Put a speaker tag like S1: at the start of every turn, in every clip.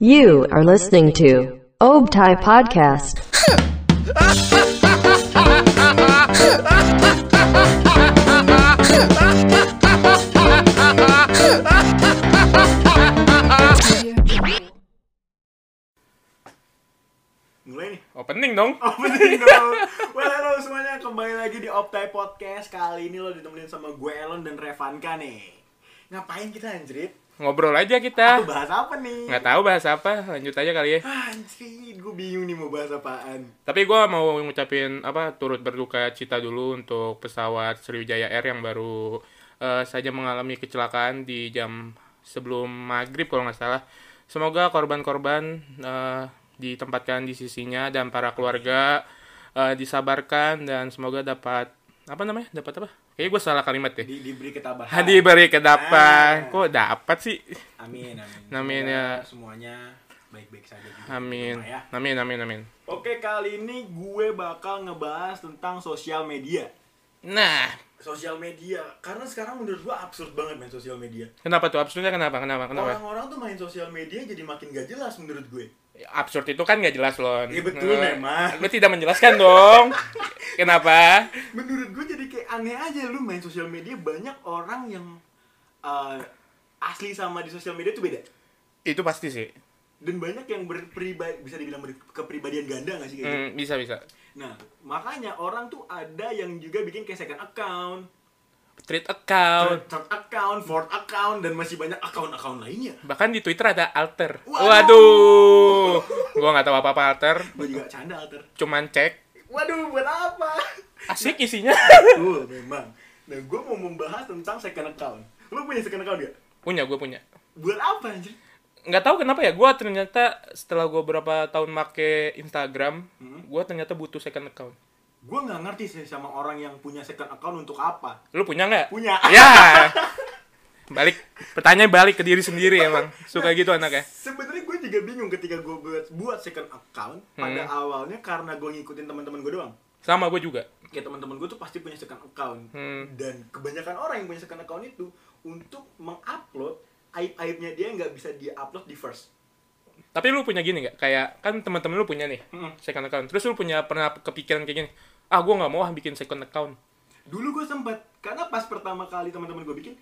S1: You are listening to Obtai Podcast.
S2: Mulai nih.
S3: Opening dong.
S2: Opening dong. Well, halo semuanya, kembali lagi di Optai Podcast. Kali ini lo ditemenin sama gue Elon dan Revanka nih. Ngapain kita anjrit?
S3: Ngobrol
S2: Lo
S3: aja kita.
S2: bahas apa nih?
S3: Nggak tahu bahas apa, lanjut aja kali ya.
S2: Ah, Anjrit, gue bingung nih mau bahas apaan.
S3: Tapi gue mau ngucapin apa turut berduka cita dulu untuk pesawat Sriwijaya Air yang baru eh, saja mengalami kecelakaan di jam sebelum maghrib kalau nggak salah. Semoga korban-korban eh, ditempatkan di sisinya dan para keluarga eh, disabarkan dan semoga dapat apa namanya? Dapat apa? Kayaknya gue salah kalimat deh.
S2: Di, diberi ketabahan.
S3: Hadi beri kedapan. Kok dapat sih?
S2: Amin, amin.
S3: Amin,
S2: Semoga
S3: ya.
S2: Semuanya baik-baik saja juga.
S3: Amin.
S2: Ya.
S3: Amin amin amin.
S2: Oke, kali ini gue bakal ngebahas tentang sosial media.
S3: Nah,
S2: Sosial media, karena sekarang menurut gue absurd banget main sosial media.
S3: Kenapa tuh absurdnya kenapa? Kenapa? Kenapa?
S2: Orang-orang tuh main sosial media jadi makin gak jelas menurut gue.
S3: Absurd itu kan nggak jelas loh.
S2: Iya, betul,
S3: Eh,
S2: memang.
S3: Lu tidak menjelaskan dong. kenapa?
S2: menurut gue jadi kayak aneh aja lu main sosial media banyak orang yang eh, asli sama di sosial media tuh beda
S3: Itu pasti sih.
S2: dan banyak yang berpribadi bisa dibilang ber- kepribadian ganda gak sih kayak gitu?
S3: Hmm, bisa bisa.
S2: nah makanya orang tuh ada yang juga bikin kayak second account
S3: Tweet account.
S2: third account fourth account dan masih banyak account-account lainnya
S3: Bahkan di Twitter ada alter.
S2: Waduh.
S3: Waduh. Gua nggak tahu apa-apa alter.
S2: gue juga canda alter
S3: Cuman cek.
S2: waduh buat apa
S3: Asik isinya.
S2: tuh memang nah gue mau membahas tentang second account lu punya second account gak
S3: punya gue punya.
S2: buat apa anjir
S3: Nggak tahu kenapa ya. Gua ternyata setelah gua berapa tahun make Instagram,
S2: Hmm.
S3: gua ternyata butuh second account.
S2: gue nggak ngerti sih sama orang yang punya second account untuk apa
S3: Lu punya nggak?
S2: punya
S3: Ya. Balik. Pertanyaan balik ke diri sendiri emang. Suka gitu anaknya.
S2: sebenarnya gue juga bingung ketika gue buat buat second account pada
S3: Hmm.
S2: awalnya karena gue ngikutin teman-teman gue doang
S3: Sama gue juga.
S2: kayak teman-teman gue tuh pasti punya second account
S3: Hmm.
S2: dan kebanyakan orang yang punya second account itu untuk mengupload aib-aibnya dia nggak bisa dia upload di first
S3: Tapi lu punya gini nggak? Kayak kan teman-teman lu punya nih
S2: Mm-mm.
S3: second account. Terus lu punya pernah kepikiran kayak gini? Ah gue nggak mau ah bikin second account.
S2: dulu gue sempat karena pas pertama kali teman-teman gue bikin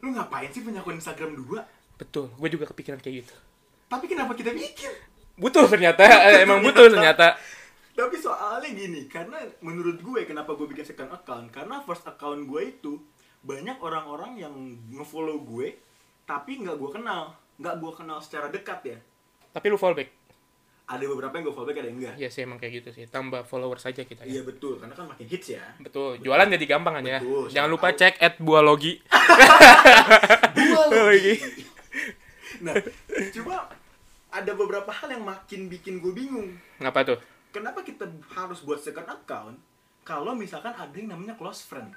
S2: lu ngapain sih punya akun Instagram dua
S3: Betul. Gue juga kepikiran kayak gitu.
S2: tapi kenapa kita bikin
S3: Butuh ternyata. Eh, emang butuh ternyata.
S2: Tapi soalnya gini, karena menurut gue kenapa gue bikin second account Karena first account gue itu banyak orang-orang yang ngefollow gue Tapi nggak gue kenal, nggak gue kenal secara dekat ya
S3: Tapi lu follow back.
S2: Ada beberapa yang gue follow back, ada yang enggak
S3: Iya sih emang kayak gitu sih. Tambah follower saja kita. Ya.
S2: Iya betul, karena kan makin hits ya
S3: Betul. Jualan jadi gampang kan ya.
S2: Betul, siapa
S3: Jangan lupa
S2: tahu.
S3: cek at bualogi.
S2: Dua
S3: Lagi.
S2: lagi Nah, cuma ada beberapa hal yang makin bikin gue bingung
S3: Ngapa tuh?
S2: Kenapa kita harus buat second account kalau misalkan ada yang namanya close friend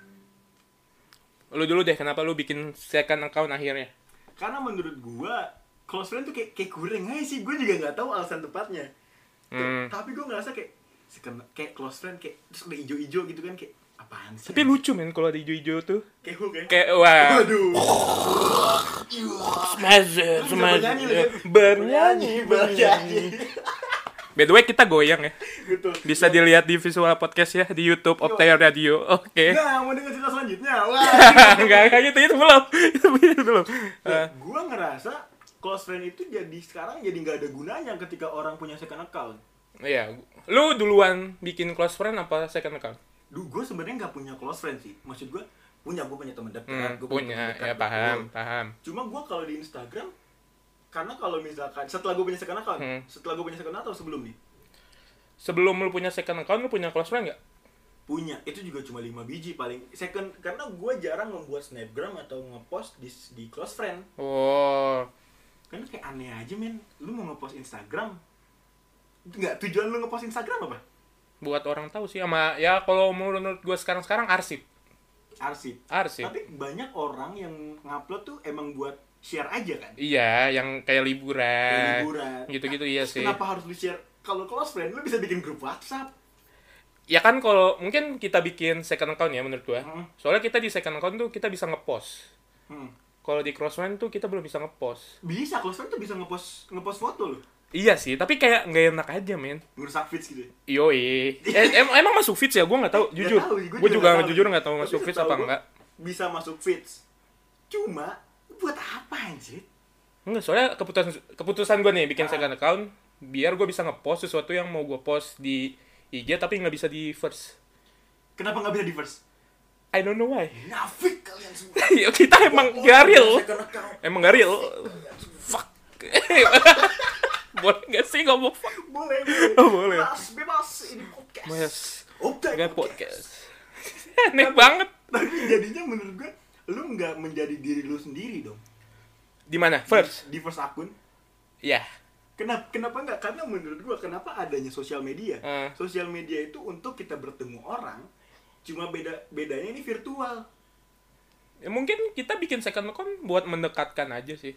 S3: Lu dulu deh. Kenapa lu bikin second account akhirnya?
S2: karena menurut gua close friend tuh kayak, kayak kurang aja sih gua juga nggak tahu alasan tepatnya Tuh,
S3: Hmm.
S2: tapi gua ngerasa kayak second- kayak close friend kayak terus ada ijo-ijo gitu kan kayak apaan sih
S3: Tapi lucu men kalau ada hijau-hijau tuh.
S2: kayak hook ya
S3: Kayak wah.
S2: aduh
S3: Mazur,
S2: Terus udah bernyanyi lagi.
S3: Eh, ya. Bernyanyi,
S2: bernyanyi Gitu.
S3: By the way, kita goyang ya.
S2: betul
S3: Bisa dilihat di visual podcast ya di YouTube Optea Radio. Oke.
S2: nah mau dengar cerita selanjutnya wah
S3: Enggak enggak gitu itu belum. Itu belum.
S2: Nah,
S3: Eh,
S2: gua ngerasa close friend itu jadi sekarang jadi nggak ada gunanya ketika orang punya second account
S3: Iya. Lu duluan bikin close friend apa second account?
S2: Duh, gue sebenarnya nggak punya close friend sih. Maksud gue punya gue punya teman dekat,
S3: Hmm,
S2: gua teman
S3: punya
S2: dekat,
S3: ya
S2: betul.
S3: paham, paham.
S2: Cuma gue kalau di Instagram karena kalau misalkan setelah gue punya second account,
S3: Hmm.
S2: setelah gue punya second account atau sebelum nih?
S3: Sebelum lu punya second account, lu punya close friend enggak?
S2: Punya. Itu juga cuma 5 biji paling. Second karena gue jarang membuat snapgram atau ngepost di di close friend.
S3: Oh.
S2: Karena kayak aneh aja men. Lu mau ngepost Instagram Enggak, tujuan lu ngepost Instagram apa?
S3: Buat orang tahu sih sama ya kalau menurut gua sekarang-sekarang arsip.
S2: Arsip.
S3: Arsip.
S2: Tapi banyak orang yang ngupload tuh emang buat share aja kan.
S3: Iya, yang kayak
S2: Kayak
S3: liburan.
S2: liburan.
S3: Gitu-gitu iya sih.
S2: Kenapa harus lu share? Kalau close friend lu bisa bikin grup WhatsApp.
S3: ya kan kalau mungkin kita bikin second account ya menurut gua
S2: Hmm.
S3: soalnya kita di second account tuh kita bisa ngepost
S2: Hmm.
S3: Kalau di Crosswind tuh kita belum bisa ngepost.
S2: Bisa, close friend tuh bisa ngepost ngepost foto loh.
S3: Iya sih, tapi kayak nggak enak aja, men.
S2: Ngerusak feeds gitu.
S3: Yoi. Eh, em- emang masuk feeds ya? Gue nggak tahu.
S2: Nggak
S3: Jujur,
S2: tahu, gua
S3: gue juga
S2: nggak
S3: nggak jujur nggak tahu
S2: Tapi
S3: masuk feeds
S2: setahu
S3: apa
S2: gua
S3: enggak.
S2: Bisa masuk feeds. Cuma buat apa anjir?
S3: Enggak, soalnya keputusan keputusan gue nih
S2: Ah.
S3: bikin second account biar gue bisa ngepost sesuatu yang mau gue post di IG tapi nggak bisa di first.
S2: Kenapa nggak bisa di first?
S3: I don't know why.
S2: Nafik kalian semua.
S3: Ya, kita emang gak real.
S2: Second account.
S3: Emang gak real. Fuck. Boleh gak sih ngomong fuck?
S2: Boleh, boleh.
S3: Oh, boleh.
S2: Bebas, bebas. Ini podcast.
S3: Mas,
S2: Optai
S3: gak podcast. Aneh banget.
S2: Tapi jadinya menurut gue, lu nggak menjadi diri lu sendiri dong.
S3: Di mana? First.
S2: Di first akun.
S3: Ya.
S2: Kenapa kenapa nggak? Karena menurut gua kenapa adanya sosial media?
S3: Eh.
S2: Sosial media itu untuk kita bertemu orang. Cuma beda bedanya ini virtual.
S3: Ya, mungkin kita bikin second account buat mendekatkan aja sih.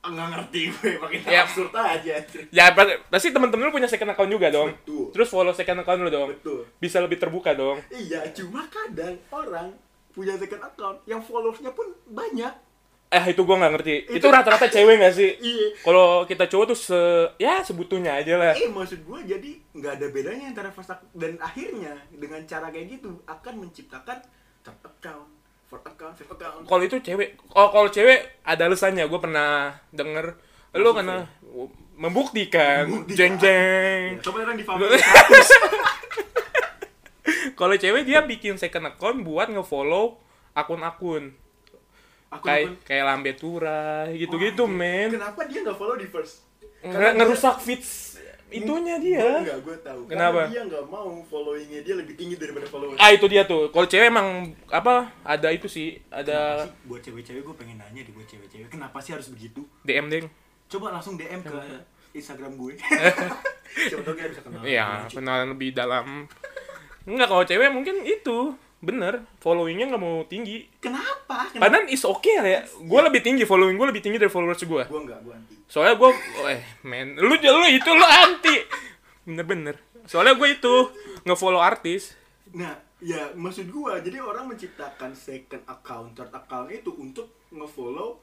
S2: Ah, Nggak ngerti gue, makin
S3: Ya.
S2: absurd aja.
S3: Ya, pa- pasti teman-teman lu punya second account juga dong.
S2: Betul.
S3: Terus follow second account lu dong.
S2: Betul.
S3: Bisa lebih terbuka dong.
S2: Iya, cuma kadang orang punya second account yang followersnya pun banyak.
S3: Eh, itu gua nggak ngerti. Itu,
S2: Itu-
S3: rata-rata cewek nggak sih?
S2: Iya.
S3: Kalau kita cowok tuh se ya sebutunya aja lah.
S2: Eh, maksud gue jadi nggak ada bedanya antara first account dan akhirnya dengan cara kayak gitu akan menciptakan third account, fourth account, fifth account.
S3: Kalau itu cewek, oh, kalau cewek ada alasannya. Gue pernah denger lu karena membuktikan,
S2: Membuktikan.
S3: jeng jeng.
S2: Ya, coba orang di family status.
S3: Kalau cewek dia bikin second account buat ngefollow akun-akun
S2: Aku
S3: kayak kayak lambe turai gitu-gitu
S2: Oh, iya.
S3: men
S2: Kenapa dia nggak follow di first?
S3: Nge- ngerusak feeds itunya dia
S2: Iya. Enggak, gue tahu.
S3: Kenapa?
S2: Karena dia nggak mau followingnya dia lebih tinggi daripada followers.
S3: ah itu dia tuh kalau cewek emang apa ada itu sih ada
S2: buat cewek-cewek gue pengen nanya di buat cewek-cewek kenapa sih harus begitu?
S3: DM ding
S2: Coba langsung DM ke Instagram gue. Coba tau kita bisa kenal.
S3: Iya, kenalan lebih dalam. Enggak, kalau cewek mungkin itu. Bener, followingnya nggak mau tinggi.
S2: Kenapa? Kenapa?
S3: Padahal is okay lah ya. Gue lebih tinggi, following gue lebih tinggi dari followers gue.
S2: Gue nggak, gue anti.
S3: Soalnya gue, eh men, lu, lu itu lu anti. Bener-bener. Soalnya gue itu nge-follow artis.
S2: Nah, ya maksud gue jadi orang menciptakan second account, third account itu untuk ngefollow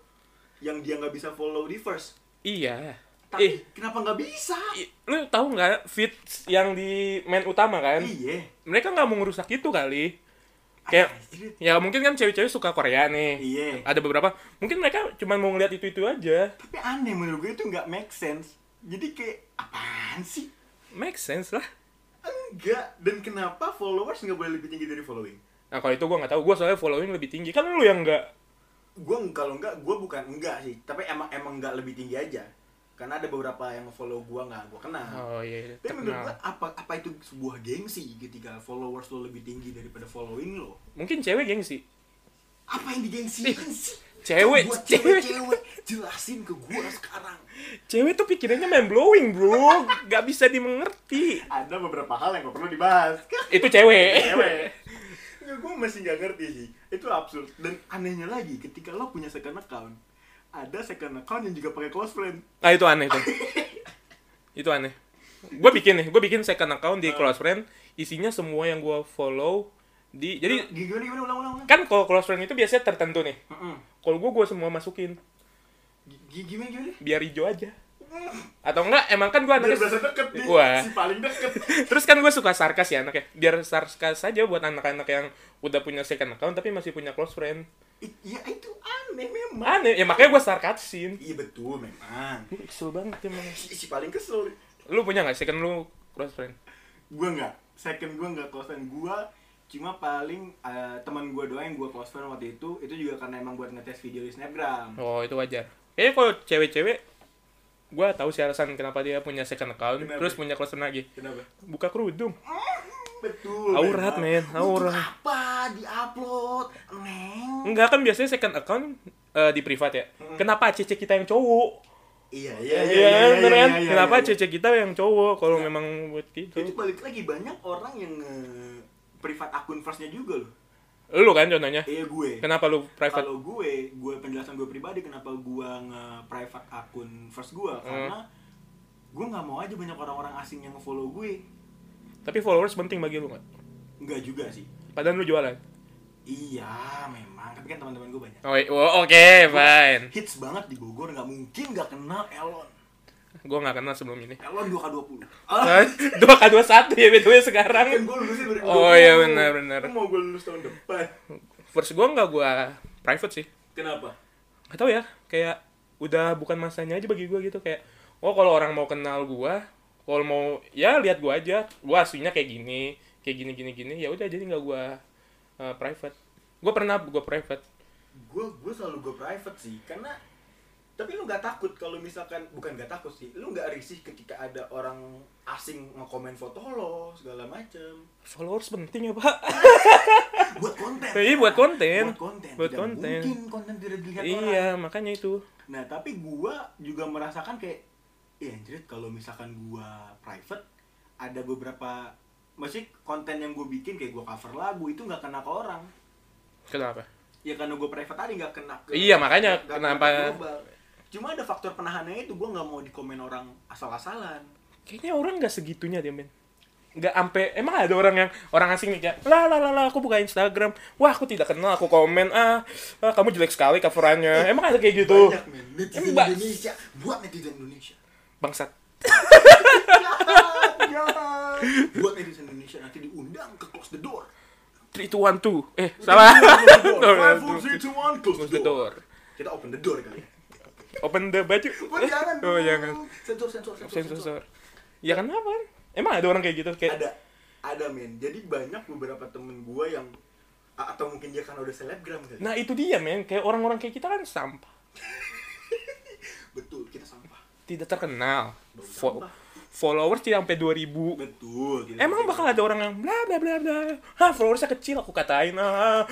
S2: yang dia nggak bisa follow di first.
S3: Iya.
S2: Tapi
S3: Eh,
S2: kenapa nggak bisa?
S3: i- lu tahu nggak feeds yang di main utama kan?
S2: Iya.
S3: Mereka nggak mau ngerusak itu kali. Kayak,
S2: Anjir.
S3: ya mungkin kan cewek-cewek suka Korea nih.
S2: Iya.
S3: Ada beberapa. Mungkin mereka cuma mau ngeliat itu-itu aja.
S2: Tapi aneh menurut gue itu nggak make sense. Jadi kayak apaan sih?
S3: Make sense lah.
S2: Enggak. Dan kenapa followers nggak boleh lebih tinggi dari following?
S3: Nah kalau itu gue nggak tahu, gue soalnya following lebih tinggi. Kan lu yang nggak.
S2: Gue kalau enggak, gue bukan enggak sih. Tapi emang emang nggak lebih tinggi aja. Karena ada beberapa yang follow gue nggak gue kenal.
S3: Oh iya,
S2: Tapi menurut gue
S3: terkenal.
S2: apa apa itu sebuah gengsi ketika followers lo lebih tinggi daripada following lo?
S3: Mungkin cewek geng sih.
S2: Apa yang digengsiin sih?
S3: cewek,
S2: Buat
S3: cewek.
S2: cewek-cewek jelasin ke gue sekarang.
S3: Cewek tuh pikirannya main blowing bro, nggak bisa dimengerti.
S2: Ada beberapa hal yang gak perlu dibahas.
S3: Itu cewek.
S2: cewek Nggak, gue masih nggak ngerti sih itu absurd dan anehnya lagi ketika lo punya second account ada second account yang juga pakai close friend
S3: Nah itu aneh tuh. itu aneh. Gue bikin nih, gue bikin second account
S2: Ah.
S3: di close friend. Isinya semua yang gue follow di. Jadi
S2: gimana gimana ulang ulang ulang
S3: kan kalau close friend itu biasanya tertentu nih.
S2: Mm-mm.
S3: Kalau gue gue semua masukin,
S2: Gi- gimana gimana
S3: biar hijau aja. Atau enggak? Emang kan gue
S2: Biar
S3: anaknya.
S2: berasa deket nih,
S3: Wah.
S2: si paling deket
S3: Terus kan gue suka sarkas ya anaknya. Biar sarkas aja buat anak-anak yang udah punya second account tapi masih punya close friend.
S2: I- ya itu aneh memang
S3: Aneh, ya makanya gue sarkasin.
S2: iya betul memang
S3: Gue kesel banget emang.
S2: si, si paling kesel
S3: Lu punya gak second lu close friend?
S2: gue nggak second gue nggak close friend gue cuma paling eh, teman gue doang yang gue close friend waktu itu itu juga karena emang buat ngetes video di snapgram
S3: Oh itu wajar. Kayaknya kalau cewek-cewek, gue tahu sih alasan kenapa dia punya second account,
S2: Kenapa?
S3: terus punya close friend lagi.
S2: kenapa
S3: Buka kerudung.
S2: Betul.
S3: Aurat, men.
S2: Untuk
S3: Aurat.
S2: apa diupload, Neng?
S3: Enggak kan biasanya second account eh, di privat ya. Kenapa cece kita yang cowok?
S2: Iya,
S3: Iya bener kan? Kenapa cece kita yang cowok kalau memang buat
S2: Itu
S3: gitu?
S2: balik lagi banyak orang yang nge- privat akun firstnya juga loh.
S3: Lu kan contohnya.
S2: Iya gue.
S3: Kenapa lu private?
S2: Kalau gue, gue penjelasan gue pribadi kenapa gue nge-privat akun first gue
S3: Hmm.
S2: karena gue nggak mau aja banyak orang-orang asing yang nge-follow gue.
S3: Tapi followers penting bagi lu kan?
S2: Enggak juga sih.
S3: Padahal lu jualan.
S2: Iya, memang. Tapi kan teman-teman gue banyak.
S3: Oh, i- oh, oke, fine.
S2: Hits banget di Bogor, nggak mungkin nggak kenal Elon.
S3: Gue nggak kenal sebelum ini.
S2: Elon 2K20. Ah,
S3: Hah? Dua k dua satu ya btw sekarang.
S2: kan gue lulusnya 2020.
S3: Oh, iya, benar, benar.
S2: Mau gue lulus tahun depan.
S3: First gue nggak gue private sih.
S2: Kenapa?
S3: Gak tau ya, kayak udah bukan masanya aja bagi gue gitu kayak. Oh kalau orang mau kenal gue, kalau mau ya lihat gue aja. Gue aslinya kayak gini, kayak gini gini gini. Ya udah jadi nggak gue private. Gue pernah gue private.
S2: gue gue selalu gue private sih karena tapi lu nggak takut kalau misalkan bukan nggak takut sih lu nggak risih ketika ada orang asing ngekomen foto lo segala macem
S3: Followers penting ya pak.
S2: buat konten
S3: Iya, buat konten.
S2: buat konten
S3: Buat
S2: Tidak
S3: konten.
S2: mungkin konten tidak dilihat orang
S3: iya makanya itu.
S2: nah tapi gue juga merasakan kayak ya anjir kalau misalkan gue private ada beberapa masih konten yang gue bikin kayak gue cover lagu itu nggak kena ke orang
S3: Kenapa?
S2: ya karena gue private tadi nggak kena ke
S3: Iya, makanya
S2: nggak
S3: kenapa-
S2: kena ke global. cuma ada faktor penahanannya itu gue nggak mau dikomen orang asal-asalan
S3: kayaknya orang nggak segitunya dia men nggak ampe emang ada orang yang orang asing nih kayak lah lah lah lah, aku buka Instagram wah aku tidak kenal aku komen ah, ah, kamu jelek sekali coverannya emang ada kayak
S2: Eh,
S3: gitu
S2: banyak men netizen
S3: Mbak.
S2: Indonesia buat netizen Indonesia
S3: bangsat
S2: Jahat, jahat. buat netizen Indonesia nanti diundang ke close the door
S3: three two one two eh salah
S2: Close the door.
S3: Tuh,
S2: Five,
S3: tuh,
S2: four, three, two, one, close
S3: close
S2: the
S3: the
S2: door
S3: door
S2: kita open the door kali ya
S3: open the baju
S2: Wah, jangan
S3: oh
S2: dong.
S3: jangan
S2: sensor sensor sensor,
S3: sensor sensor ya kenapa emang ada orang kayak gitu kayak
S2: ada ada men jadi banyak beberapa temen gue yang a- atau mungkin dia karena udah selebgram kali ya.
S3: nah itu dia men kayak orang-orang kayak kita kan sampah
S2: betul kita sampah
S3: tidak terkenal Fo-
S2: Sampah.
S3: followers tidak sampai 2000
S2: Betul. tidak
S3: Emang
S2: bisa
S3: bakal ada orang yang bla bla bla bla. Ha, followersnya kecil aku katain. ah.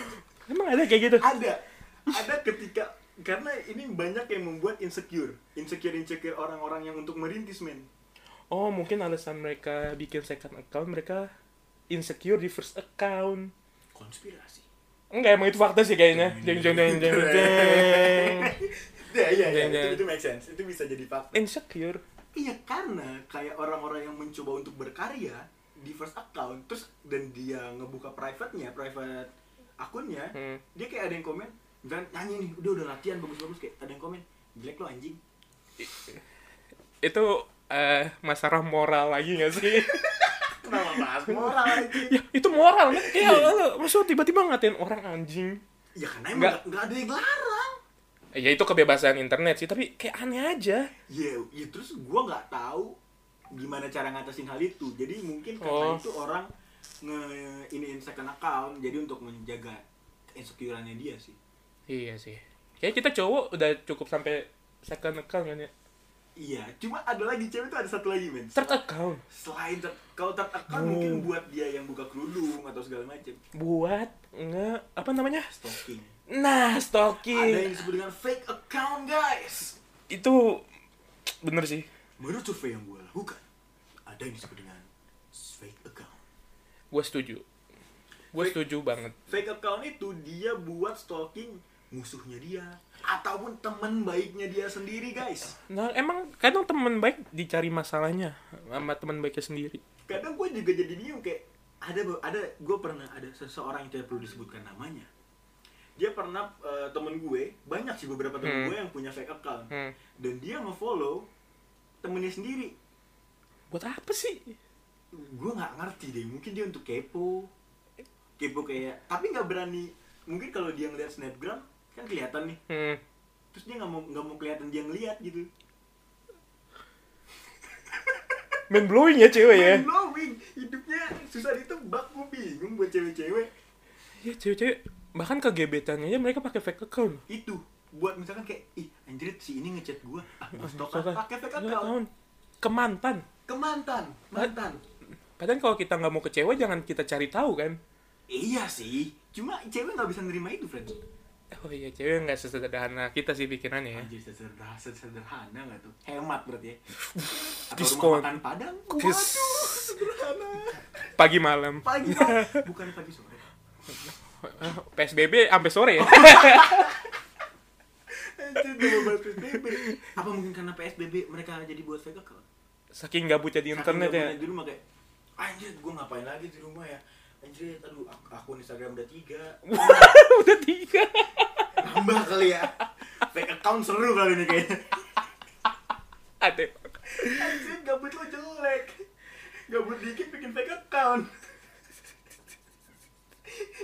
S3: Emang ada kayak gitu.
S2: ada ada ketika karena ini banyak yang membuat insecure, insecure insecure orang-orang yang untuk merintis men.
S3: Oh, mungkin alasan mereka bikin second account mereka insecure di first account.
S2: Konspirasi.
S3: Enggak, emang itu fakta sih kayaknya. Jeng jeng jeng jeng jeng.
S2: Ya, iya, iya,
S3: Jangan.
S2: itu, itu make sense. Itu bisa jadi fakta.
S3: Insecure.
S2: Iya, karena kayak orang-orang yang mencoba untuk berkarya di first account terus dan dia ngebuka private-nya, private akunnya,
S3: Hmm.
S2: dia kayak ada yang komen, dan nyanyi nih, udah udah latihan bagus-bagus kayak ada yang komen, jelek lo anjing.
S3: Itu eh masalah moral lagi gak sih?
S2: Kenapa bahas moral anjing?
S3: ya, itu moral kan? Kayak eh, maksud tiba-tiba ngatain orang anjing.
S2: Ya karena emang
S3: Nggak.
S2: nggak- nggak ada yang larang.
S3: Ya itu kebebasan internet sih, tapi kayak aneh aja.
S2: Ya, ya terus gua nggak tahu gimana cara ngatasin hal itu. Jadi mungkin karena
S3: Oh.
S2: itu orang nge ini second account jadi untuk menjaga insecurannya dia sih.
S3: Iya sih. Kayak kita cowok udah cukup sampai second account kan ya.
S2: Iya, cuma ada lagi cewek itu ada satu lagi men.
S3: Third account.
S2: Selain ter- kalau ter account mungkin buat dia yang buka kerudung atau segala macam
S3: buat nge apa namanya
S2: stalking.
S3: nah
S2: Ada yang
S3: stalking
S2: disebut dengan fake account guys.
S3: itu bener sih
S2: Menurut survei yang gua lakukan, ada yang disebut dengan fake account.
S3: gue setuju gue setuju banget
S2: fake account itu dia buat stalking musuhnya dia ataupun teman baiknya dia sendiri guys
S3: nah emang kadang teman baik dicari masalahnya sama teman baiknya sendiri
S2: kadang gue juga jadi bingung kayak ada ada gue pernah ada seseorang yang tidak perlu disebutkan namanya dia pernah eh, temen gue banyak sih beberapa temen
S3: Hmm.
S2: gue yang punya fake account
S3: Hmm.
S2: dan dia ngefollow temennya sendiri
S3: buat apa sih
S2: gue nggak ngerti deh mungkin dia untuk kepo kepo kayak tapi nggak berani mungkin kalau dia ngeliat snapgram kan kelihatan nih
S3: hmm.
S2: terus dia nggak mau nggak mau kelihatan dia ngeliat gitu
S3: main blowing ya cewek ya
S2: Mind blowing hidupnya susah ditebak gue bingung buat cewek-cewek
S3: ya cewek-cewek bahkan ke gebetannya aja mereka pakai fake account
S2: itu buat misalkan kayak ih anjir si ini ngechat gue ah gue stok
S3: Fake
S2: ah, pakai fake account
S3: account. ke mantan
S2: ke mantan mantan
S3: padahal kalau kita nggak mau ke cewek jangan kita cari tahu kan
S2: iya sih cuma cewek nggak bisa nerima itu friends
S3: oh iya cewek nggak sesederhana kita sih pikirannya ya
S2: anjir sederhana sederhana nggak tuh hemat berarti ya atau
S3: Diskon.
S2: rumah makan padang waduh
S3: Dis-
S2: sederhana
S3: pagi malam
S2: pagi Pak. bukan pagi sore
S3: Ah, PSBB sampai sore ya.
S2: Anjir, udah mau bahas PSBB. apa mungkin karena PSBB mereka jadi buat fake account
S3: Saking gabutnya di internet ya.
S2: Saking gabutnya di rumah kayak anjir gue ngapain lagi di rumah ya anjir aduh ak- akun Instagram udah tiga
S3: udah tiga
S2: nambah kali ya fake account seru kali ini kayaknya
S3: ada
S2: anjir gabut lo jelek gabut dikit bikin fake account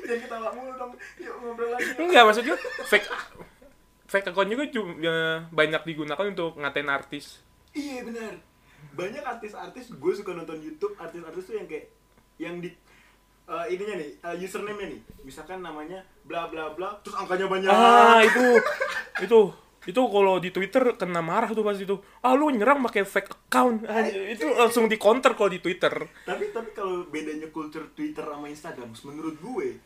S2: jangan ketawa mulu dong yuk ngobrol lagi yuk.
S3: enggak maksud gue fake fake account juga ju- ya, banyak digunakan untuk ngatain artis
S2: Iya benar. Banyak artis-artis gue suka nonton YouTube artis-artis tuh yang kayak yang di eh, ininya nih eh, username-nya nih. Misalkan namanya bla bla bla terus angkanya banyak.
S3: ah itu itu itu kalau di Twitter kena marah tuh pasti tuh ah lu nyerang pakai fake account Ah, itu langsung di counter kalau di Twitter
S2: Tapi tapi kalau bedanya culture Twitter sama Instagram menurut gue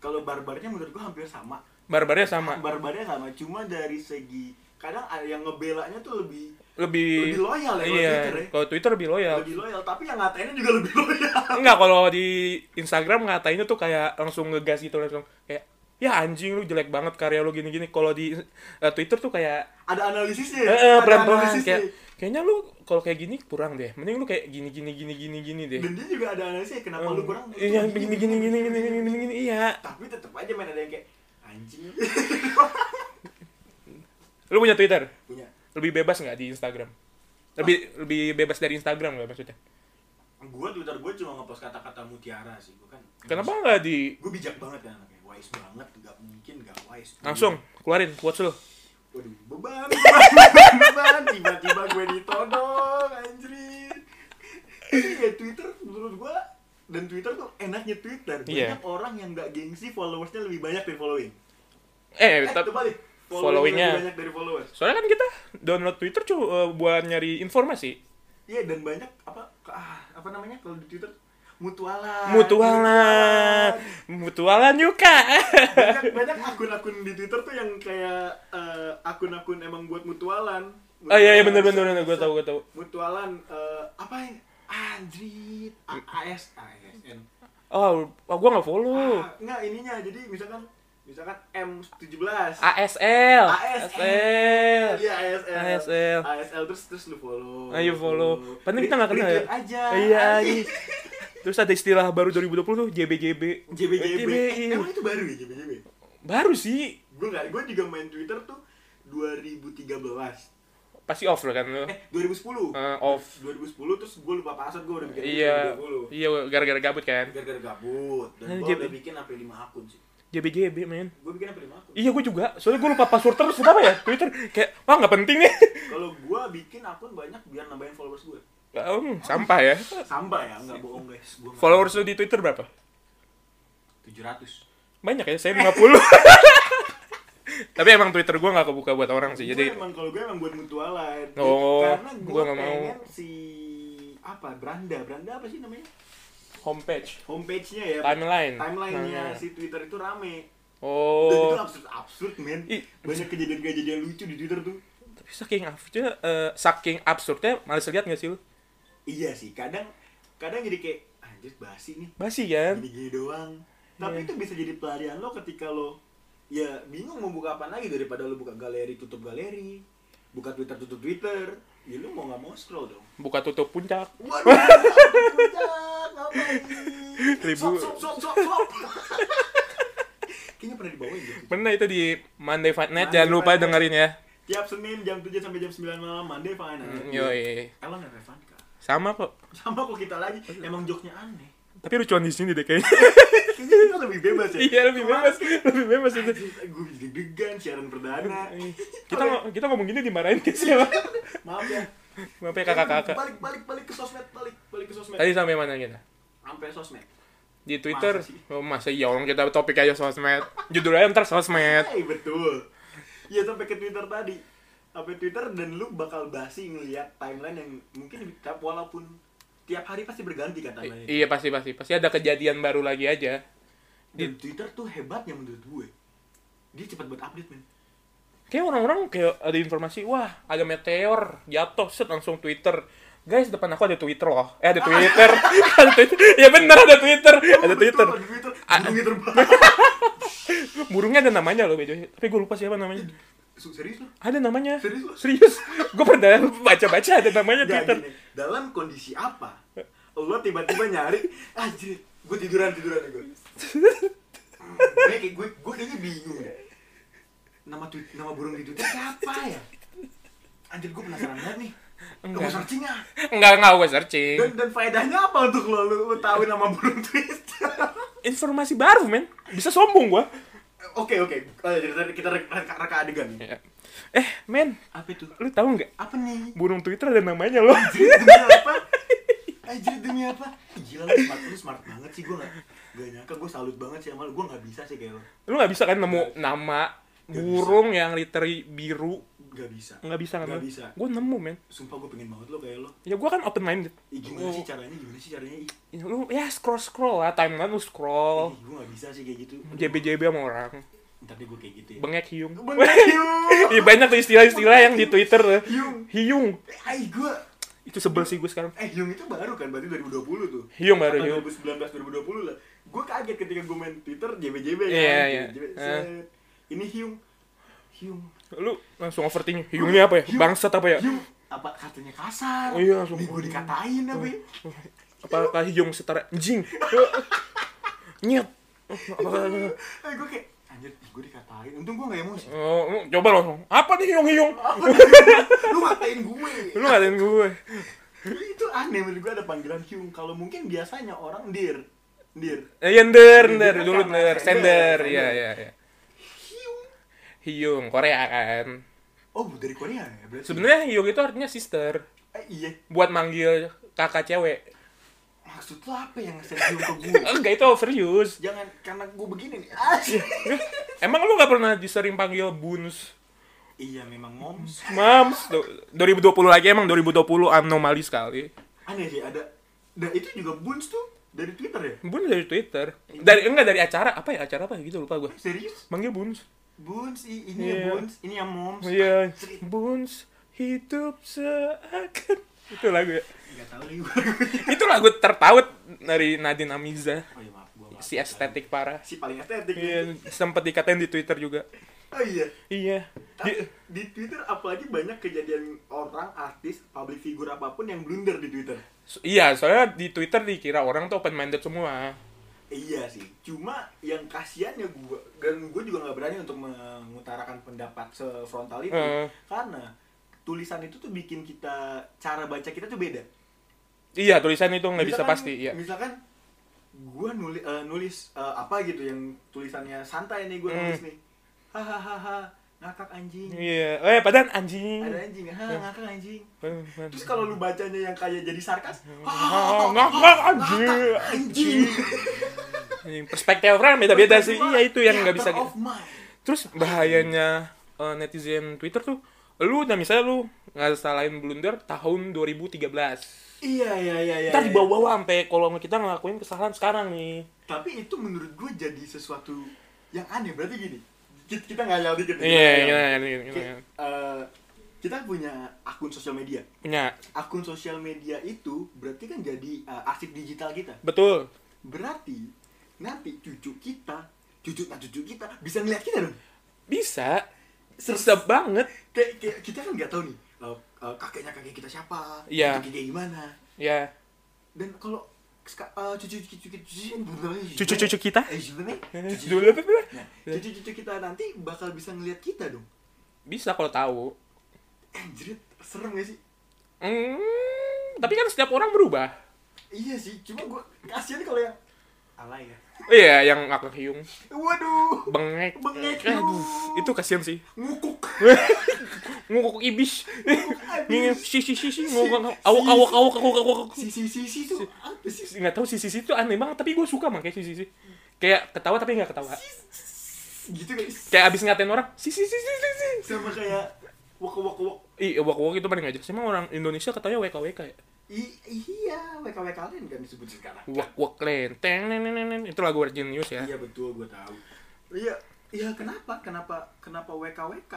S2: kalau barbarnya menurut gue hampir sama.
S3: barbarnya sama
S2: Barbarnya sama cuma dari segi kadang ada yang ngebelanya tuh lebih
S3: lebih
S2: Lebih loyal ya kalau
S3: iya
S2: Twitter ya.
S3: kalau Twitter lebih loyal
S2: lebih loyal tapi yang ngatainnya juga lebih loyal.
S3: enggak kalau di Instagram ngatainnya tuh kayak langsung ngegas gitu langsung kayak ya anjing lu jelek banget karya lu gini-gini kalau di eh, Twitter tuh kayak
S2: Ada analisisnya.
S3: eh, eh,
S2: Iya, ada
S3: pelan-pelan
S2: analisisnya.
S3: kayak kayaknya lu kalau kayak gini kurang deh mending lu kayak gini gini gini gini gini deh
S2: Dan dia juga ada analisisnya kenapa lu kurang
S3: iya gini gini gini gini gini gini, gini iya
S2: tapi tetap aja main ada yang kayak anjing
S3: lu punya Twitter
S2: punya
S3: lebih bebas nggak di Instagram lebih lebih bebas dari Instagram nggak maksudnya
S2: gue twitter gue cuma ngepost kata-kata mutiara sih gue kan
S3: kenapa nggak di
S2: gue bijak banget kan anaknya wise banget nggak mungkin nggak wise
S3: langsung keluarin quotes lu
S2: waduh beban beban beban tiba-tiba gue ditodong anjir Tapi ya twitter menurut gue dan twitter tuh enaknya twitter
S3: Iya.
S2: banyak orang yang nggak gengsi followersnya lebih banyak dari following eh
S3: eh tapi
S2: kebalik
S3: followingnya-
S2: lebih banyak dari followers
S3: soalnya kan kita download Twitter cu eh, buat nyari informasi
S2: Iya dan banyak apa ah, apa namanya kalau di Twitter mutualan.
S3: mutualan mutualan juga
S2: Banyak banyak akun-akun di Twitter tuh yang kayak eh, akun-akun emang buat mutualan.
S3: oh iya iya bener bener bener gue tau gue tau
S2: Mutualan eh, apa ya? Anjrit, A- AS, ASN.
S3: oh gue nggak follow
S2: Ah, enggak ininya jadi misalkan misalkan M17.
S3: ASL
S2: ASL.
S3: ASL
S2: Iya ASL.
S3: ASL.
S2: ASL terus terus lu follow.
S3: ayo Ah, iya, follow padahal kita nggak kenal ya
S2: Retweet aja. Ah,
S3: iya iya. terus ada istilah baru 2020 tuh JBJB
S2: JBJB.
S3: iya.
S2: Emang itu baru ya JBJB?
S3: baru sih
S2: Gue nggak, gue juga main Twitter tuh 2013.
S3: pasti off lah kan lu
S2: Eh, 2010.
S3: Eh, off
S2: 2010 terus gue lupa password gue udah bikin
S3: iya
S2: 2020.
S3: iya gara-gara gabut kan
S2: Gara-gara gabut. Dan
S3: Nah,
S2: gue
S3: jadi-
S2: udah bikin sampai 5 akun sih.
S3: JBJB men
S2: Gue bikin sampai 5 akun.
S3: iya gue juga soalnya gue lupa password terus kenapa ya Twitter kayak wah nggak penting nih
S2: Kalau gue bikin akun banyak biar nambahin followers gue.
S3: Hmm, sampah ya
S2: Sampah ya, nggak bohong guys. Gue
S3: followers lu di Twitter berapa
S2: 700.
S3: banyak ya saya 50 tapi emang Twitter gue nggak kebuka buat orang sih
S2: Jadi
S3: jadi
S2: emang kalau gue emang buat mutualan.
S3: Oh,
S2: Karena gue
S3: gua nggak mau.
S2: pengen si apa Branda, Branda apa sih namanya?
S3: homepage
S2: Homepage-nya ya.
S3: Timeline.
S2: Timeline-nya
S3: Nah.
S2: si Twitter itu rame. Dan
S3: oh
S2: itu absurd absurd men
S3: Ih.
S2: banyak kejadian-kejadian lucu di twitter tuh
S3: tapi saking absurdnya eh, saking absurdnya males lihat nggak sih lu
S2: iya sih kadang kadang jadi kayak anjir basi nih
S3: basi kan Iya.
S2: gini-gini doang tapi itu bisa jadi pelarian lo ketika lo ya bingung mau buka apa lagi daripada lo buka galeri tutup galeri buka twitter tutup twitter ya lo mau nggak mau scroll dong
S3: buka tutup puncak
S2: waduh puncak, ngapain
S3: Ribu.
S2: Sop, sop, sop, sop, sop. kayaknya pernah dibawain gitu
S3: Pernah itu di Monday Fight Night
S2: Monday
S3: jangan lupa
S2: Fight Night.
S3: dengerin ya.
S2: tiap senin jam 7 sampai jam 9 malam Monday Fana
S3: Mm, Yoi.
S2: Ellen dan Revanka
S3: Sama kok.
S2: sama kok kita lagi
S3: Oh, iya.
S2: emang joknya aneh
S3: Tapi lucuan di sini deh kayaknya.
S2: kayaknya kita lebih bebas ya
S3: Iya lebih bebas, lebih bebas itu.
S2: gue deg-degan siaran perdana
S3: Iya. Kita ngo- kita ngomong gini dimarahin ke siapa?
S2: maaf ya
S3: Maaf ya kakak-kakak.
S2: balik balik balik ke sosmed balik balik ke sosmed
S3: Tadi sampai mana kita?
S2: sampai sosmed
S3: Di Twitter.
S2: Masa sih?
S3: Oh, masa iya orang kita topik aja sosmed. Judulnya ntar sosmed.
S2: Hey, betul ya sampai ke twitter tadi sampai twitter dan lu bakal basi ngeliat timeline yang mungkin tiap walaupun tiap hari pasti berganti kan timeline
S3: I- iya pasti pasti pasti ada kejadian baru lagi aja.
S2: dan twitter tuh hebatnya menurut gue dia cepat buat update men
S3: Kayak orang-orang kayak ada informasi, wah ada meteor jatuh, set langsung Twitter. Guys, depan aku ada Twitter loh. Eh ada Twitter. ada Twitter. Ya bener ada Twitter. Ada
S2: Iya, Betul,
S3: Twitter.
S2: ada twitter burungnya terbang
S3: burungnya ada namanya loh by the way. tapi gue lupa siapa namanya
S2: Su- serius lu
S3: ada namanya
S2: Serius lu?
S3: serius gue pernah baca baca ada namanya
S2: Nggak,
S3: twitter
S2: gini, dalam kondisi apa lo tiba-tiba nyari anjir gue tiduran tiduran nih gue gue kayak gue gue kayaknya bingung ya nama tweet nama burung di twitter siapa ya anjir gue penasaran banget nih Enggak.
S3: Enggak.
S2: Gue searching ah.
S3: Enggak, enggak gue searching.
S2: Dan, dan faedahnya apa untuk lo, lo tahu nama burung Twitter?
S3: Informasi baru, men. Bisa sombong gue.
S2: Oke oke, Eh, jadi kita rek- reka, reka adegan.
S3: Eh, men.
S2: Apa itu?
S3: Lu tahu nggak?
S2: Apa nih?
S3: Burung Twitter ada namanya loh.
S2: Jadi demi apa? Anjir demi apa? Ih, Gila lu smart, lu smart banget sih gue gak, gak nyangka gue salut banget sih sama lu Gue gak bisa sih kayak lu
S3: Lu nggak bisa kan nemu nama burung yang literi biru.
S2: Gak bisa
S3: Nggak bisa kan?
S2: Nggak bisa
S3: Gue nemu, men.
S2: Sumpah gue pengen banget lo kayak lo
S3: Ya gue kan open minded.
S2: Ih, Gimana
S3: Oh.
S2: sih caranya, gimana sih caranya Ih,
S3: Ya, lu ya scroll scroll lah timeline lu scroll.
S2: gue gak bisa sih kayak gitu
S3: JB JB sama orang.
S2: Ntar deh gue kayak gitu ya
S3: Bengek hiung.
S2: Bener yuk
S3: Iya banyak tuh istilah-istilah yang di Twitter tuh.
S2: Hiung.
S3: Hiung.
S2: Eh gue
S3: Itu sebel sih gue sekarang.
S2: Eh Hyung itu baru kan, berarti 2020 tuh
S3: Hyung baru,
S2: Atau
S3: Hyung.
S2: 2019-2020 lah Gue kaget ketika gue main Twitter JBJB kan
S3: Iya, iya.
S2: JBJB,
S3: Eh.
S2: set. Ini Hyung Hyung
S3: Lu langsung overthinking. Hiung ini apa ya?
S2: Hyung.
S3: Bangsat apa ya?
S2: Hyung apa katanya kasar
S3: Oh iya, langsung.
S2: gue dikatain apa ya
S3: Apakah Hiung setara anjing? Nyet. Apakah-
S2: eh gue kayak anjir gue dikatain untung gue gak emosi
S3: Oh, lu coba langsung. Apa nih Hiung Hiung?
S2: apa lu ngatain gue
S3: Lu ngatain gue.
S2: itu aneh menurut gue ada panggilan Hyung kalau mungkin biasanya orang dir dir
S3: Eh, yender, yender,
S2: Iya,
S3: dulu
S2: sama
S3: yender,
S2: sender, sender.
S3: sender, iya, iya, iya.
S2: Hyung
S3: Hiung, Korea kan.
S2: oh dari Korea ya berarti
S3: Sebenarnya Hiung itu artinya sister.
S2: eh, iya
S3: Buat manggil kakak cewek.
S2: maksud lu apa yang ngasih Hyung ke gue
S3: Enggak itu serius.
S2: jangan karena gue begini nih asik
S3: Emang lu gak pernah disering panggil Buns?
S2: iya memang moms
S3: Mams, do- 2020 lagi emang 2020 anomali sekali.
S2: aneh sih ada dan itu juga buns tuh dari Twitter ya
S3: Buns dari Twitter. Dari enggak dari acara apa ya? Acara apa ya? gitu lupa gue.
S2: serius
S3: Manggil Buns.
S2: buns i- ini
S3: Iya.
S2: ya buns ini ya moms
S3: Iya.
S2: Asik.
S3: Buns hidup seakan itu lagu ya.
S2: nggak tahu lagi gue
S3: Itu lagu tertaut dari Nadine Amiza.
S2: oh iya maaf gue maaf
S3: Si estetik parah.
S2: si paling estetik gitu.
S3: Iya, sempet dikatain di Twitter juga.
S2: oh iya
S3: Iya.
S2: tapi
S3: Di-
S2: di Twitter apalagi banyak kejadian orang artis public figure apapun yang blunder di Twitter
S3: so- iya, soalnya di Twitter dikira orang tuh open minded semua.
S2: Iya sih, cuma yang kasihannya gue dan gue juga nggak berani untuk mengutarakan pendapat sefrontal itu
S3: Eh.
S2: karena tulisan itu tuh bikin kita cara baca kita tuh beda.
S3: Iya, tulisan itu nggak bisa
S2: Misalkan-
S3: pasti, iya.
S2: Misalkan gue nulis nulis eh, apa gitu yang tulisannya santai nih gue
S3: Hmm.
S2: nulis nih, hahaha ngakak anjing,
S3: Iya, eh padahal anjing.
S2: ada anjing, ha ngakak anjing. Hmm.
S3: Eh,
S2: Hmm. Ya. Terus kalau lu bacanya yang kayak jadi sarkas,
S3: Ah, ngakak anjing.
S2: anjing.
S3: Anjing, Perspektif orang beda-beda sih.
S2: Gua
S3: Iya itu yang nggak bisa.
S2: theater Ya, of mind.
S3: Terus bahayanya eh, netizen Twitter tuh, lu dan misalnya lu nggak salahin blunder tahun 2013.
S2: Iya iya iya iya.
S3: Kita
S2: iya.
S3: dibawa-bawa sampai kalau kita ngelakuin kesalahan sekarang nih.
S2: Tapi itu menurut gue jadi sesuatu yang aneh. Berarti gini, kita, kita ngayal dikit. nih, kita
S3: Iya, iya,
S2: ngayal.
S3: iya, iya, iya,
S2: Oke,
S3: iya.
S2: eh, kita punya akun sosial media.
S3: Punya,
S2: Akun sosial media itu berarti kan jadi eh, arsip digital kita.
S3: betul.
S2: Berarti nanti cucu kita, cucu nah cucu kita bisa ngeliat kita dong.
S3: Bisa. Sersa banget.
S2: Kayak, kayak kita kan nggak tahu nih eh, eh, kakeknya kakek kita siapa,
S3: Iya.
S2: itu kayak gimana.
S3: Ya.
S2: Dan kalau seka- eh, cucu-cucu kita,
S3: Cucu-cucu kita?
S2: Eh, sebenarnya cucu-
S3: Dulu tuh, Iya. tuh.
S2: Nah, cucu-cucu kita nanti bakal bisa ngelihat kita dong.
S3: bisa kalau tahu.
S2: Anjir, serem gak sih?
S3: Hmm, tapi kan setiap orang berubah.
S2: Iya sih, cuma gue kasihan kalau yang alay ya.
S3: Iya, yang ngakak hiung,
S2: Waduh,
S3: bengek.
S2: Bengek,
S3: Aduh,
S2: hiung.
S3: itu kasihan sih.
S2: ngukuk.
S3: ngukuk ibis
S2: ibis.
S3: si si si si ngukuk awok awok awok awok awok awok.
S2: Si si si si tuh apa sih?
S3: nggak tahu si si si itu aneh banget tapi gue suka makanya si si si kayak ketawa tapi nggak ketawa
S2: Gitu guys.
S3: kayak abis ngatain orang si si si si si si
S2: Sama kayak wak wak wak.
S3: ih awok awok itu paling aja emang orang Indonesia ketawanya wkwk ya
S2: I- iya, WKW kalian kan disebut sekarang.
S3: wak wak lenteng neng neng, neng neng. itu lagu Virgin News ya
S2: Iya betul, gue tahu. Iya, iya kenapa? Kenapa? Kenapa WKWK?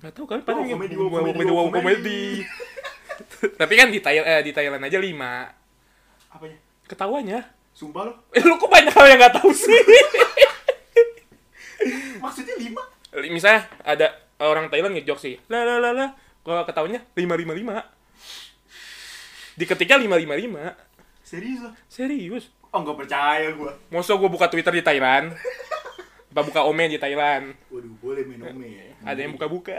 S3: nggak tahu kan
S2: Wow,
S3: paling
S2: komedi,
S3: wow,
S2: wow,
S3: wow,
S2: komedi,
S3: wow,
S2: wow,
S3: komedi. tapi kan di Thailand eh, di Thailand aja lima
S2: Apanya?
S3: ketawanya
S2: Sumpah loh.
S3: eh, lu kok banyak hal yang nggak tahu sih
S2: Maksudnya lima?
S3: misalnya ada orang Thailand ngejok sih la la la la kalau ketahuannya lima lima lima diketiknya lima lima lima
S2: Serius loh.
S3: serius
S2: Oh nggak percaya gua.
S3: Masa gue buka Twitter di Thailand? Apa buka Ome di Thailand?
S2: Waduh boleh main ome ya.
S3: Ada yang buka-buka.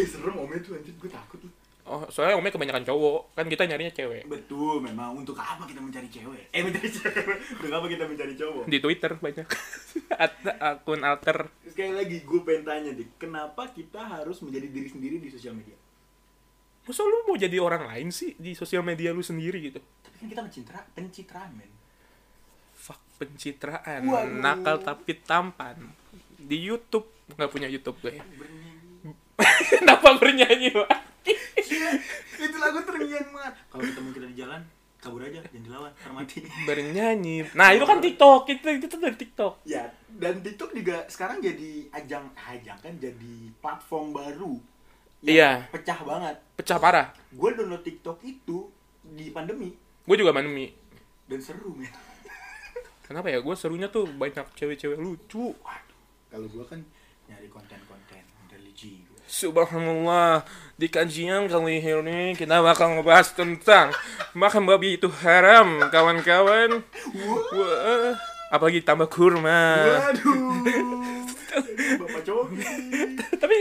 S2: Ih serem ome tuh anjir gue takut tuh.
S3: Oh, soalnya Ome kebanyakan cowok. Kan kita nyarinya cewek.
S2: Betul memang untuk apa kita mencari cewek? Eh mencari cewek. Untuk apa kita mencari cowok?
S3: Di Twitter banyak. At- akun alter.
S2: Sekali lagi gue pengen tanya deh, kenapa kita harus menjadi diri sendiri di sosial media?
S3: Masa lu mau jadi orang lain sih di sosial media lu sendiri gitu?
S2: Tapi kan kita mencitra, pencitraan men.
S3: Fuck pencitraan.
S2: Waduh.
S3: Nakal tapi tampan. Di Youtube. Nggak punya Youtube gue. Kenapa bernyanyi, Pak?
S2: Itu lagu terngiang banget. Kalau ketemu kita di jalan, kabur aja, jangan dilawan, ntar mati.
S3: Bernyanyi. Nah, itu kan TikTok. Itu, itu dari TikTok.
S2: ya, dan TikTok juga sekarang jadi ajang, ajang kan jadi platform baru. yang
S3: Iya.
S2: Pecah banget.
S3: Pecah parah.
S2: Gue download TikTok itu di pandemi
S3: Gue juga manemi.
S2: dan seru men.
S3: Kenapa ya? Gue serunya tuh banyak cewek-cewek lucu.
S2: Waduh, kalau gue kan nyari konten-konten religi.
S3: Subhanallah, di kajian kali ini kita bakal ngebahas tentang makan babi itu haram, kawan-kawan. Wah, apalagi tambah kurma.
S2: Waduh. Bapak Coki.
S3: Tapi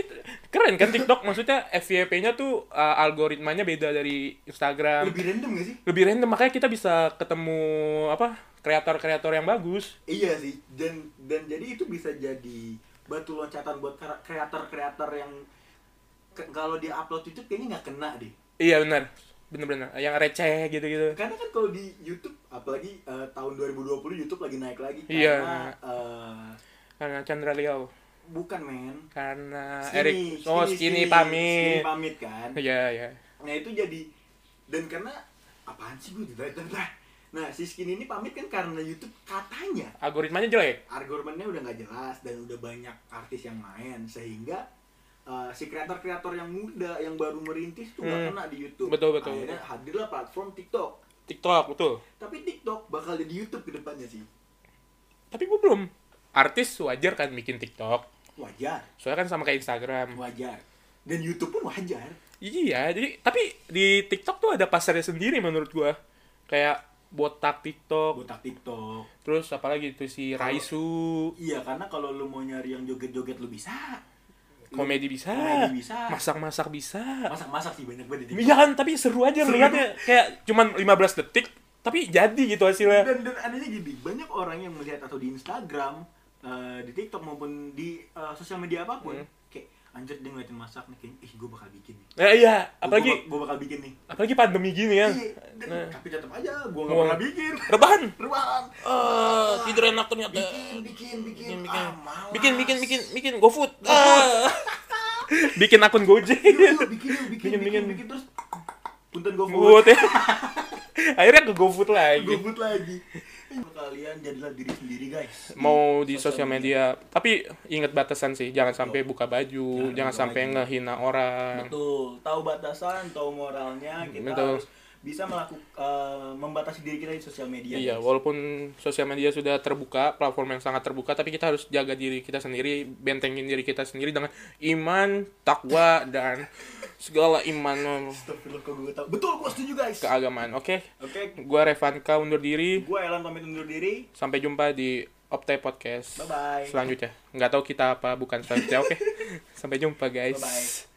S3: keren kan TikTok, maksudnya FYP-nya tuh uh, algoritmanya beda dari Instagram.
S2: Lebih random gak sih?
S3: Lebih random, makanya kita bisa ketemu apa kreator-kreator yang bagus.
S2: Iya sih. Dan dan jadi itu bisa jadi batu loncatan buat kar- kreator-kreator yang ke- kalau dia upload YouTube kayaknya nggak kena deh.
S3: Iya benar, bener-bener. Yang receh gitu-gitu.
S2: Karena kan kalau di YouTube apalagi eh, tahun 2020 YouTube lagi naik lagi
S3: Iya.
S2: karena eh,
S3: Karena Chandra Liao,
S2: bukan men.
S3: karena
S2: Skinny,
S3: Eric, oh skinny,
S2: Skinny
S3: pamit.
S2: pamit kan.
S3: Iya, iya.
S2: Nah itu jadi dan karena apaan sih gue tidak tidak. Nah si Skin ini pamit kan karena YouTube katanya
S3: Algoritmanya jelek.
S2: argumennya udah nggak jelas dan udah banyak artis yang main sehingga uh, si kreator-kreator yang muda yang baru merintis tuh nggak
S3: Hmm.
S2: kena di YouTube.
S3: Betul, betul,
S2: Akhirnya hadirlah platform TikTok.
S3: TikTok betul.
S2: Tapi TikTok bakal jadi YouTube ke depannya sih.
S3: Tapi gue belum. Artis wajar kan bikin TikTok.
S2: Wajar,
S3: Soalnya kan sama kayak Instagram.
S2: wajar. Dan YouTube pun wajar.
S3: Iya, jadi tapi di TikTok tuh ada pasarnya sendiri menurut gua. Kayak botak TikTok,
S2: Botak TikTok.
S3: terus apalagi itu si Raisu,
S2: Iya, karena kalau lu mau nyari yang joget-joget lu bisa.
S3: komedi bisa,
S2: Iya. Komedi bisa.
S3: masak-masak bisa.
S2: Masak-masak sih banyak banget di TikTok.
S3: Iya kan, tapi seru aja liatnya kayak cuman 15 detik tapi jadi gitu hasilnya.
S2: dan dan adanya gini banyak orang yang melihat atau di Instagram eh, di TikTok maupun di eh, sosial media
S3: Hmm.
S2: apapun kayak anjir dia ngeliatin masak nih kayaknya ih gue bakal bikin nih
S3: Nah, iya, apalagi
S2: gue bakal bikin nih
S3: apalagi pandemi gini kan.
S2: Iya, dan- tapi tetap aja gue gak
S3: Gua-
S2: pernah bikin
S3: Rebahan.
S2: rebahan Ah,
S3: Eh, tidur enak ternyata.
S2: bikin bikin bikin
S3: bikin.
S2: ah malas
S3: bikin bikin bikin bikin GoFood Ah. bikin akun Gojek
S2: Yuk, yuk, bikin yuk, bikin
S3: Bikin,
S2: bikin bikin,
S3: bikin.
S2: terus punten gue
S3: GoFood ya. akhirnya ke GoFood lagi
S2: gobut lagi kalian jadilah diri sendiri guys
S3: mau di Iya, sosial media tapi ingat batasan sih jangan sampai buka baju jangan
S2: buka
S3: sampai gitu.
S2: baju.
S3: ngehina orang
S2: Betul, tahu batasan, tahu moralnya, kita
S3: Hmm, Betul.
S2: harus bisa melakukan eh, membatasi diri kita di sosial media.
S3: Iya, walaupun sosial media sudah terbuka, platform yang sangat terbuka, tapi kita harus jaga diri kita sendiri, bentengin diri kita sendiri dengan iman, takwa, dan segala iman
S2: Astagfirullah, kok gue tahu. Betul, gue setuju guys. Oke,
S3: keagamaan. Oke, gua Revanka undur diri.
S2: gue Elan pamit undur diri.
S3: Sampai jumpa di Optai Podcast
S2: Bye-bye.
S3: selanjutnya. Nggak tahu kita apa, bukan selanjutnya. Oke, sampai jumpa guys.
S2: Bye-bye.